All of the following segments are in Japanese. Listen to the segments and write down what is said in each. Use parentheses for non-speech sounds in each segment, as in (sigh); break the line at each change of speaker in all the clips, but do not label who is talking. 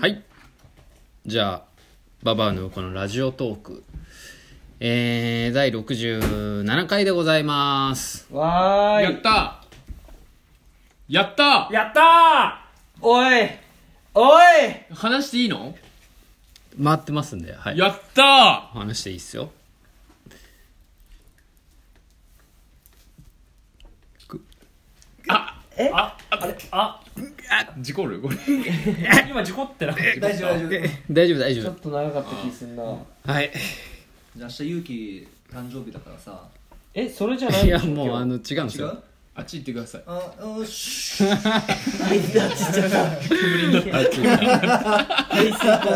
はい。じゃあ、ババアのこのラジオトーク。えー、第67回でございます。
わ
や
ー
っ
い
たやった
やったーおいおい
話していいの
回ってますんで、はい。
やった
お話していいっすよ。
事故るこれ。
(laughs) 今事故ってな
大丈夫大丈夫じ
大丈夫、大丈
ちょっと長かった気すんな
夫。はい。
ゃあ明日ゆうき誕生日だからさ
えそれじゃないい
や、もう、あの、違うんです
違う
よ。
あっち行ってください。
あうんしゅあいつだっちっちゃった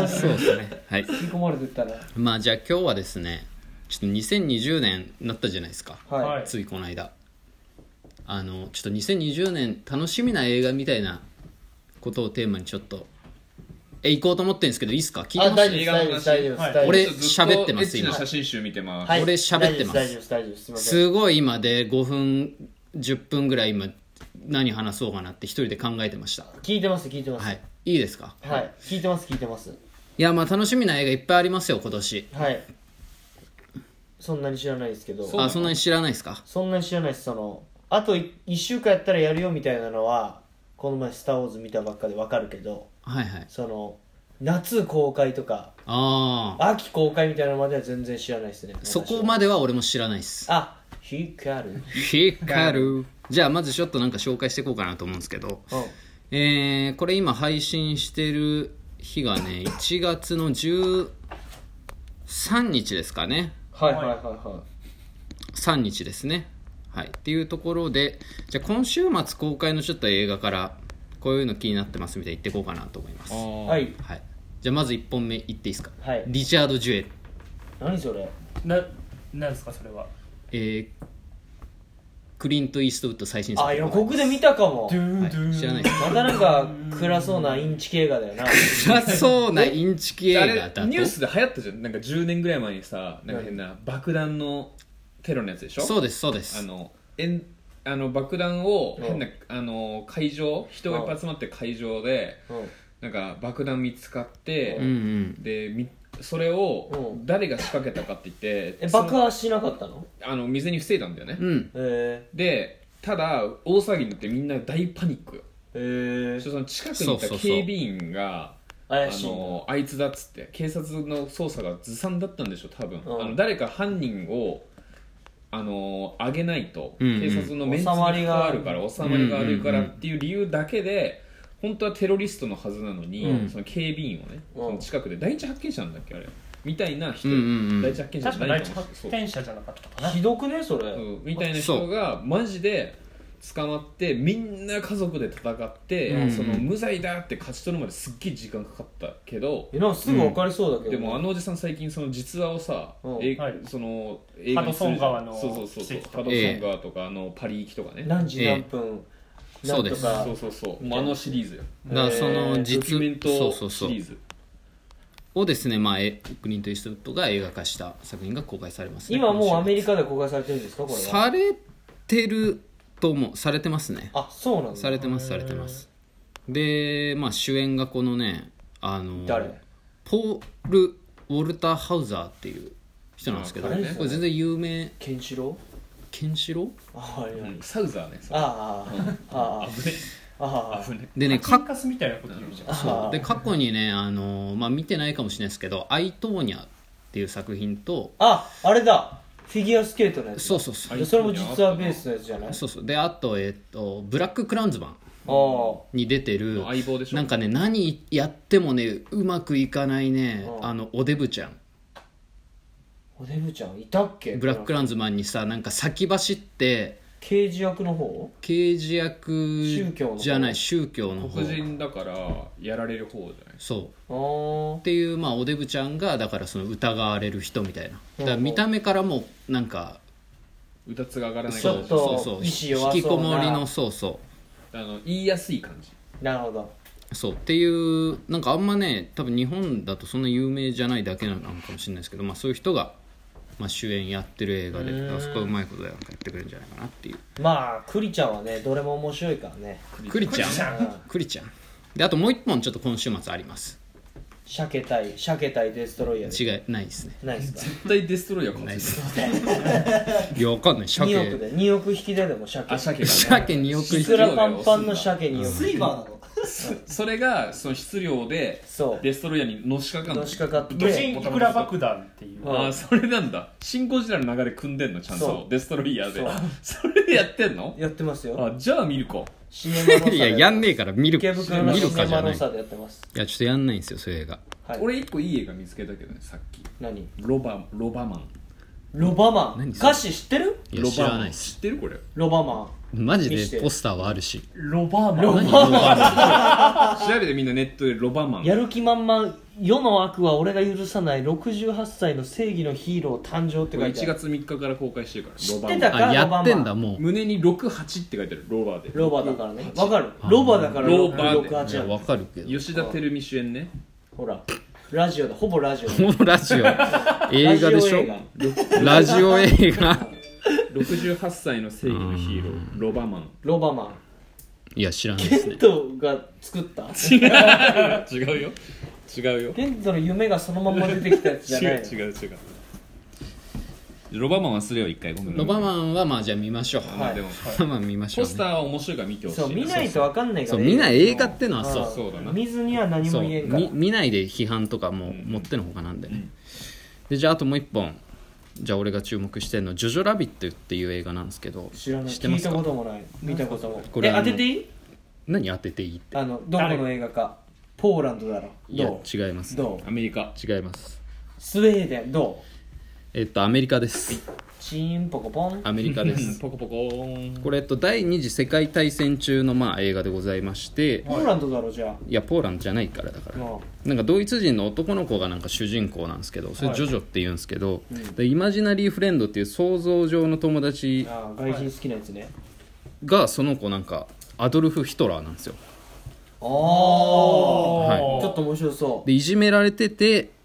そうですね。はい。
引き込まれてったら
まあ、じゃあ今日はですね、ちょっと2020年になったじゃないですか。
はい、
はい
ついこの間。あの、ちょっと2020年楽しみな映画みたいなことをテーマにちょっと、え、行こうと思ってるんですけど、いいっすか聞いてます
はい
大丈夫
俺
ちょっと
喋ってます今
ずとエッチな写真集見てます。
はい
俺喋ってます
大丈夫です大丈夫ですすいません
すごい今で5分10分ぐらい今何話そうかなって一人で考えてました
聞いてます聞いてます
は
はいい、
いいですか
聞いてます聞いてます
いやまあ楽しみな映画いっぱいありますよ今年
はいそんなに知らないですけど
そうなの
あそんなに知らないですか
そんなに知らないですそのあと1週間やったらやるよみたいなのはこの前「スター・ウォーズ」見たばっかでわかるけど
はいはい
その夏公開とか
ああ
秋公開みたいなのまでは全然知らないですね
そこまでは俺も知らないっす
あ光る
光るじゃあまずちょっとなんか紹介していこうかなと思うんですけど
う
えー、これ今配信してる日がね1月の13日ですかね
んはいはいはいは
3日ですね。はい、っていうところでじゃあ今週末公開のちょっと映画からこういうの気になってますみたいな言っていこうかなと思います、はい
あ
は
ー
い
い、じゃあまず1本目いっていいですか、
はい
リチャード・ジュエル、
何それ
ななんですかそれは
えークリント・イーストウッド最新作
あ予告で見たかも
はい知らないです
またなんか暗そうなインチ系映画だよな
辛そうなインチキ映
あ
画だと
れニュースで流行ったじゃんなんか10年ぐらい前にさなんか変な爆弾のテロのやつでしょ
そう
う
ですそうです
あのえんあの爆弾を
うん
変なあの会場人がいっぱい集まってる会場で
うん
なんか爆弾見つかって、
うんうん
でみそれを
うん
誰が仕掛けたかって言って
え
その
爆破しなかったの
あの未然に防いだんだよね、
うん
へ
でただ大騒ぎになってみんな大パニックよ
えへ
そ
え
してその近くにいた
そうそうそう
警備員が
怪しい
あのあいつだっつって警察の捜査がずさんだったんでしょ多分、
うん
あの誰か犯人をあの上げないと、
うんうん
警察のメンツに
収まりが
あるから収まりが悪いからっていう理由だけで、本当はテロリストのはずなのに、
うん
その警備員をね、
うん
その近くで第一発見者なんだっけあれみたいな
う
人、
んうんうん
第一発見者
確
じ
か
ゃな
第
い
一
かもし
発
れない
見者じゃなかったかな
ひどくねそれ、
そううんみたいな人がマジで捕まってみんな家族で戦って、
うん
その無罪だって勝ち取るまですっげえ時間かかったけど、
えなんかすぐ分かりそうだけど、
でもあのおじさん最近その実話をさ、
うん
え
はい
その映
ハドソン川の
そうそうそうそう
奇跡と
ハドソン川とかあのパリ行きとかね、
何時何分、
え
な
そうんで
と
す
か
そうそうそうもうあのシリーズよ
だからその
ドキ
実
ュメント
そうそうそ
シ
う
リーズ
をですね、まあ、えクリント・イーストウッドが映画化した作品が公開されますね、
今もうアメリカで公開されてるんですかこれは
されてると思うされてますね
あそうなんだ
されてますされてますでまあ主演がこのねあの
誰
ポール・ウォルター・ハウザーっていう人なんですけど、
あ彼
ね
これ全然有名
ケンシロウ
ケンシロウ
あはいはい
うんサウザーねさ
あああああああ
危ね
でね
カ
か
ッカスみたいなこと言うじゃん
そうで過去にねあの、まあ、見てないかもしれないですけど「アイトーニャ」っていう作品と
ああれだフィギュアスケートのやつ
そうそうそう
う
それも実はベースのやつじゃないあ
そうそうであと,、えっと「ブラック・クラウンズマン」
あ
に出てる
相棒でしょ
なんかね何やってもねうまくいかないね
うん
あのおデブちゃん
おデブちゃんいたっけ
ブラッククラウンズマンにさなんか先走って
刑事役の方
刑事役
宗教の方
じゃない宗教の方
黒人だからやられる方じゃない
そう
あ
っていう、まあ、おデブちゃんがだからその疑われる人みたいなだから
うんうん
見た目からもうなんか
うたつが上がらない
ちょっと
そうそう
意志弱そうな
引きこもりのそうそ
あの言いやすい感じ
あなるほど
うそうっていうなんかあんまね多分日本だとそんな有名じゃないだけなのかもしれないですけど、まあ、そういう人が、まあ、主演やってる映画で
うん
だからそこはうまいことでなんかやってくれるんじゃないかなっていう
まあクリちゃんはねどれも面白いからね
クリちゃん
ちゃん
クリちゃんであともう一本ちょっと今週末あります
鮭対鮭対デストロイヤーで
違いないですね
ないですか
絶対デストロイヤー勝
ないで
つ
すいやわかんない鮭
2億で2億引きででも鮭
あ鮭が
鮭2億
ひ
引
つ
き
らパンパンの鮭2
ス
億
イバーなの
それがその質量で
そう
デストロイヤーにのしかかんの
のしかかって
ドシンイクラ爆弾っていう
うん
ああそれなんだシン・ゴジラの流れ組んでんのちゃん
そ
とデストロイヤーで (laughs) それでやってんの
やってますよ
あじゃあ見るか
シネマの差で
いややんねえから見る
池袋の
見る
シネ
かじ
マ
ゃな
の
いい
差でやってます
やちょっとやんないんですよそれが
はい
俺一個いい映画見つけたけどねさっき
何
ロバロバマン
ロバマン
何それ
歌詞知ってる
いや
ロ
知
バ
ら
マ
ない
ン
で
知
す
ってるこれ
ロバマ
マジ
見して
でポスターはあるし
ロバーマン
何もうあ
調べてみんなネットでロバマ
ン
ン
やる気満々世の悪は俺が許さない68歳の正義のヒーロー誕生っ
こ
て書
れ
いてあ
1
る
月3日から公開してるから
知
ロ
っ
バ
て
マ
た
ン
るあやってんだも
胸に68って書いてあるロバーで
ロバだからねわかるロバだから
ロバ
668
ういや
なんだ
わかるけど
吉田照美主演ね
ほらラジオだほぼラジオ
このラジオ映画でしょ
ラ
ラジオ映画
68歳の正義のヒーローロバマン
ロバマン
いや知らないで
ケ
すね
ントが作った
違うよ違うよ
ケントの夢がそのまま出てきたやつじゃないの
う違うロバマン忘れよう一回ごめん
ロバ
ン
マンはまあじゃあ見ましょう
はい
でも
ロバマン見ましょ
ポ
う
スタ
ね
ーは面白いから見てほしい
そう見ないとわかんないか
そ
ら
う見ない映画ってのは
あ
そ
あ
う
そうだな
見ずには何
そ
も
う
言えんから
み見ないで批判とかも
ん
持ってのほかなんでね、でじゃああともう一本じゃあ俺が注目してるの「ジョジョラビット」っていう映画なんですけど
知らない
知って
聞
ま
い
す
た
か
こともない見たことも
これ
え
あ
当
の
てていい
何当てていいって
あのどこの映画かポーランドだろ
いや
どう
違います
どう
アメリカ
違います
スウェーデンどう
えっとアメリカです
チーンポコポン
アメリカ
う
で
(laughs)
ん
す
ポコポコーン
これ、えっと、第二次世界大戦中の、まあ、映画でございまして
ポーランドだろじゃ
いやポーランドじゃないからだから
あも
なんかドイツ人の男の子がなんか主人公なんですけどそれ
はい
ジョジョって言うんですけど、
うん
でイマジナリーフレンドっていう想像上の友
う
達
ああ外人好きなやつね
がその子なんかアドルフ・ヒトラーなんですよ
ああ
はい
ちょっと面白そ
でいじめられてて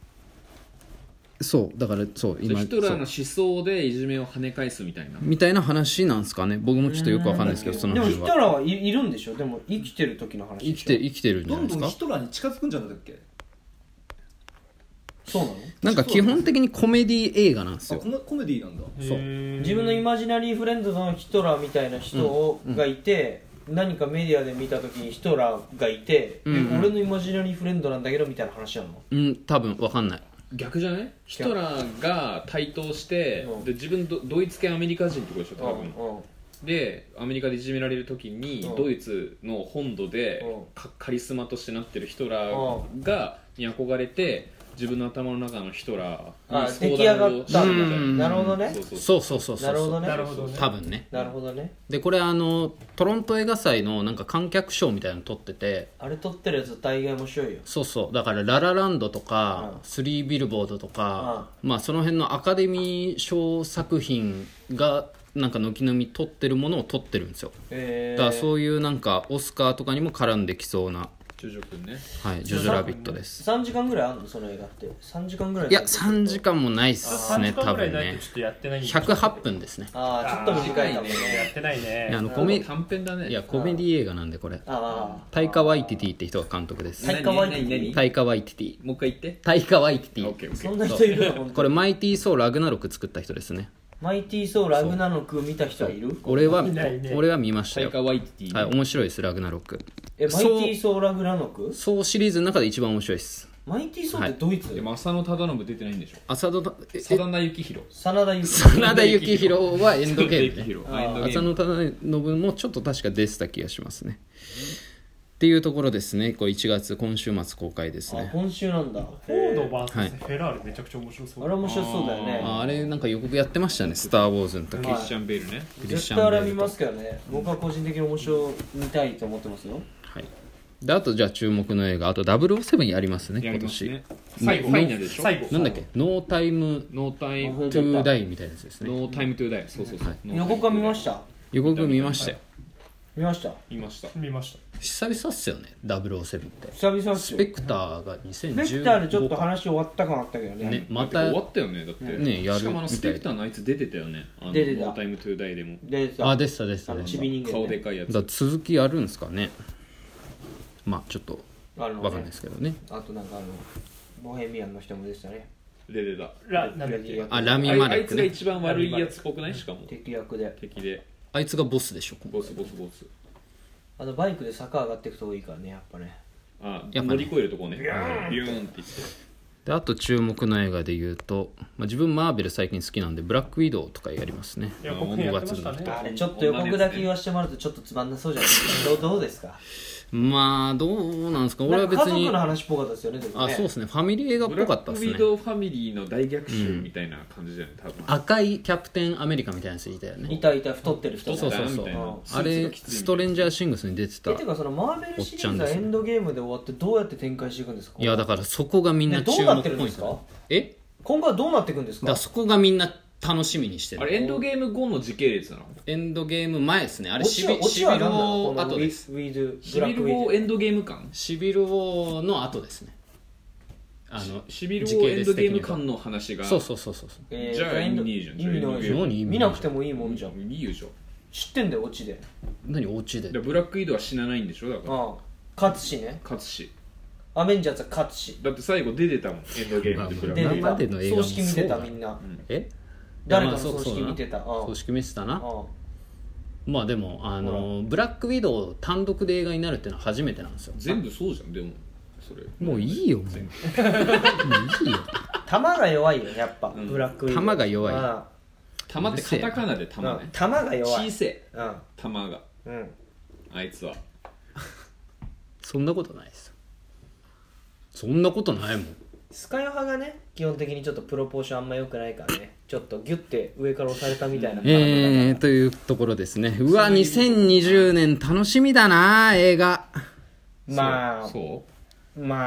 そうだからそう今
ヒトラーの
そ
思
う
想でいじめを跳ね返すみたいな
みたいな話なんですかね僕もちょっとよくわかんないですけど
う
そ
で
の
もヒ
辺
ト
は
ラーはいいるんでしょでも生きてる時の話でし
生
ょ
きて生きてるんじゃ
ど
ない
ん
です
どん
か
ヒトラーに近づくんじゃなかったっけ
そうなの
なんか基本的にコメディ映画なんです
あ
よ
こんなコメディなんだ
そう
自分のイマジナリーフレンドのヒトラーみたいな人をがいて、何かメディアで見た時にヒトラーがいて、
うんうん
え俺のイマジナリーフレンドなんだけどみたいな話なの
うん多分わかんない
逆じゃないヒトラーが台頭して
うん
で自分ドドイツ系アメリカ人ってことでしょ多
うん
分
うん
でアメリカでいじめられる時に
うん
ドイツの本土で
うん
カカリスマとしてなってるヒトラーがに憧れて自分の頭の中のヒトラ
あ
ー
出
に
来上がっ
をして
た
みたい
うん
なるほどね
そうそう
そうそうそうそうそう
なるほどね
なるほどね
多分ね
なるほどね
でこれあのトロント映画祭のなんか観客賞みたいなの撮ってて
あれ撮ってるやつ大概面白いよ
そうそうだから「ララランド」とか
うん
「スリービルボード」とか、まあ、その辺のアカデミー賞作品がなんか軒並み撮ってるものを撮ってるんですよ
え
だ
ー、
からそういうなんかオスカーとかにも絡んできそうな「
中条くんね
はい、ジョジョラビット」です
3時間ぐらいあんのその映画って3時間ぐらい
いや3時
間
間もないっす
3
ね
時
多
間ぐらい
分
ない
ね
とちょっとやってないんで
108分ですね
ああちょっと短いかもね
あー
やってない
いやあ
ね
のコメ
短編だね
いやコメディ映画なんでこれ
あ
タイカ・ワイティティって人が監督です
タイカワイティティ
何何何
タイカ・ワイティティ
もう一回言って
タイカ・ワイティテ
オ
ィ
ッケーオ
あ
ッケ
そ
ー
んな人いるの本当に
これマイティー・ソー・ラグナロク作った人ですね
マイティー・ソー・ラグナノク見た人はいる
俺はい
ないね
俺は見ました
タイ
よ
カワイティテ
はい、
ィ
面白いです、ラグナロック。
えマイティー・ソー・ラグナノク
そうシリーズの中で一番面白いです。
マイティー・ソーってドイツ、
でも浅野忠信出てないんでしょ
浅田た、え、
真田幸宏
真田幸
真田幸宏はエンドゲームね。
真田幸宏あエンドゲ
浅
ーム
野忠信もちょっと確か出てた気がしますね。っていうところですね、こう1月、今週末公開です
あ
ね。
今週なんだ
フォード
へ
VS フェラーリめちゃくちゃ面白
ー
そ
あ
う
れ面白そうだよ
あ
ね
あれ、なんか予告やってましたね、スター・ウォーズの時
クリスチャン・ベールね
クリス
絶
チ
対
ャ
あ
ン・ベ
れ
ー
見
ルと
ま。すけどね僕は個人的に面白い見たいと思ってますよ
はい。で、あとじゃあ注目の映画、あと007やりますね、
や
今
ります
年
ね。最後ファイナルでしょ
最後
なんだっけ、ノータイム・
ノータイム
トゥ・ダイみたいなやつですね。
ノータイムトゥーダイそうそうそう
予告は見ました
予告見ましたよ。
見ました
見ました
見ました
久々っすよね007って
久々っす
ス
よ
ペ
ベ
クターが
クターでちょっと
2015
話終わった感あったけどね
ねまた
終わったよねだって
ねやる
しかもあのスペクターのあいつ出てたよねあの
出てた
ノータイムトゥーダイでも
でさ
あでしたでした
あの
で
ち
し
び人間、ね、
顔でかいや
ただ
つ
続きやるんですかねまあちょっと
あのね
わかんないですけどね
あとなんかあのボヘミアンの人もでしたね
レレラ
ラなんだっけ
あラミ
あい
マ
あ
レッ
い
ク
つが
ね
一番悪いやつっぽくないしかも
敵役で
敵で
あいつがボスでしょ今回
ボスボスボス
あのバイクで坂上がっていくと多いからねやっぱね
あ
やっぱね
乗り越えるとこねビューンって言って
であと注目の映画で言うと、まあ、自分マーベル最近好きなんでブラックウィドウとかやりますね
予告編やってました
五
ね
月
あれちょっと予告だけ言わせてもらうとちょっとつまんなそうじゃないですかどうどうですか
まあどうなんですか俺
な
は
んか
別
家
に
族の話っぽかったですよねでも
あ
ね
そうですねファミリー映画っ
ブラ
ぽかっ
ック
た
ウ
ですね
ィドウファミリーの大逆襲みたいな感じじゃない多分
赤いキャプテンアメリカみたいなやついたよね
いたいた太ってる人
太
ね
そうそうそう
みたいなスーツが
あれ
きついみたいな
ストレンジャーシングスに出てた
え
い
てかそのマーベルシリ
おっちゃ
ー
ん
ズ
で
は
す
エ
ね
ンドゲームで終わってどうやって展開していくんですか
やだからそこがみんな
ねど
注
うな
目
ってるん
ポイ
で
ン
すか
トえ
今後はどうなっていくんで
だ
す
から
か
そこがみんな楽しみにして
あ
る
れエンドゲーム後の時系列なの
エンドゲーム前ですねあれ
落
シ
ちは
ビ
落
シ
ち
ビ
は
ル
何なの
王
この
後
ウ
です
ィウィズ
シ
ブラ
ビ
ック
ル
ウ
ウ
ィ
ォ
ズ
ーエンドゲーム感
シビル王の後ですねあの
シビルウ
時
ォ
系
ーエンド
列
ゲ
的
ーム
には
感の話が
そうそうそうそうそう
えー
じゃあ
エンド
意味ねえじゃん
意味ないじゃん
何意味ないじゃん
見なくてもいいもんじゃん
いいでしょ
知ってんだよ落ちで
何お家で
でブラックイードは死なないんでしょだから
ああ勝つしね
勝つし
アベンジャーズは勝つし
だって最後出てたもんエンドゲームでブラッ
で
ク
今までの映画も
葬式見てた
そうだ
みんな
え
誰か
ま
の
あそう
葬
そう
式
だな
見てたああ
葬式見てたな
あ
まあでもあのブラックウィドウ単独で映画になるっていうのは初めてなんですよ
全部そうじゃんでもそれ
もういいよもうもういいよ
あ弾が弱いよやっぱ
ん
ブラックウィズ
弾が弱い
あ
玉ってカタカナで
あ
玉
う
ね
ん弾が弱
小
い
せえ
うん
玉が
うん
あいつは
そんなことないですよそんなことないもん
スカヨ派がね基本的にちょっとプロポーションあんま良くないからねちょっとギュッて上から押されたみたいな体だから
えー、というところですねうわ2020年楽しみだな映画
まあ
そう
まあ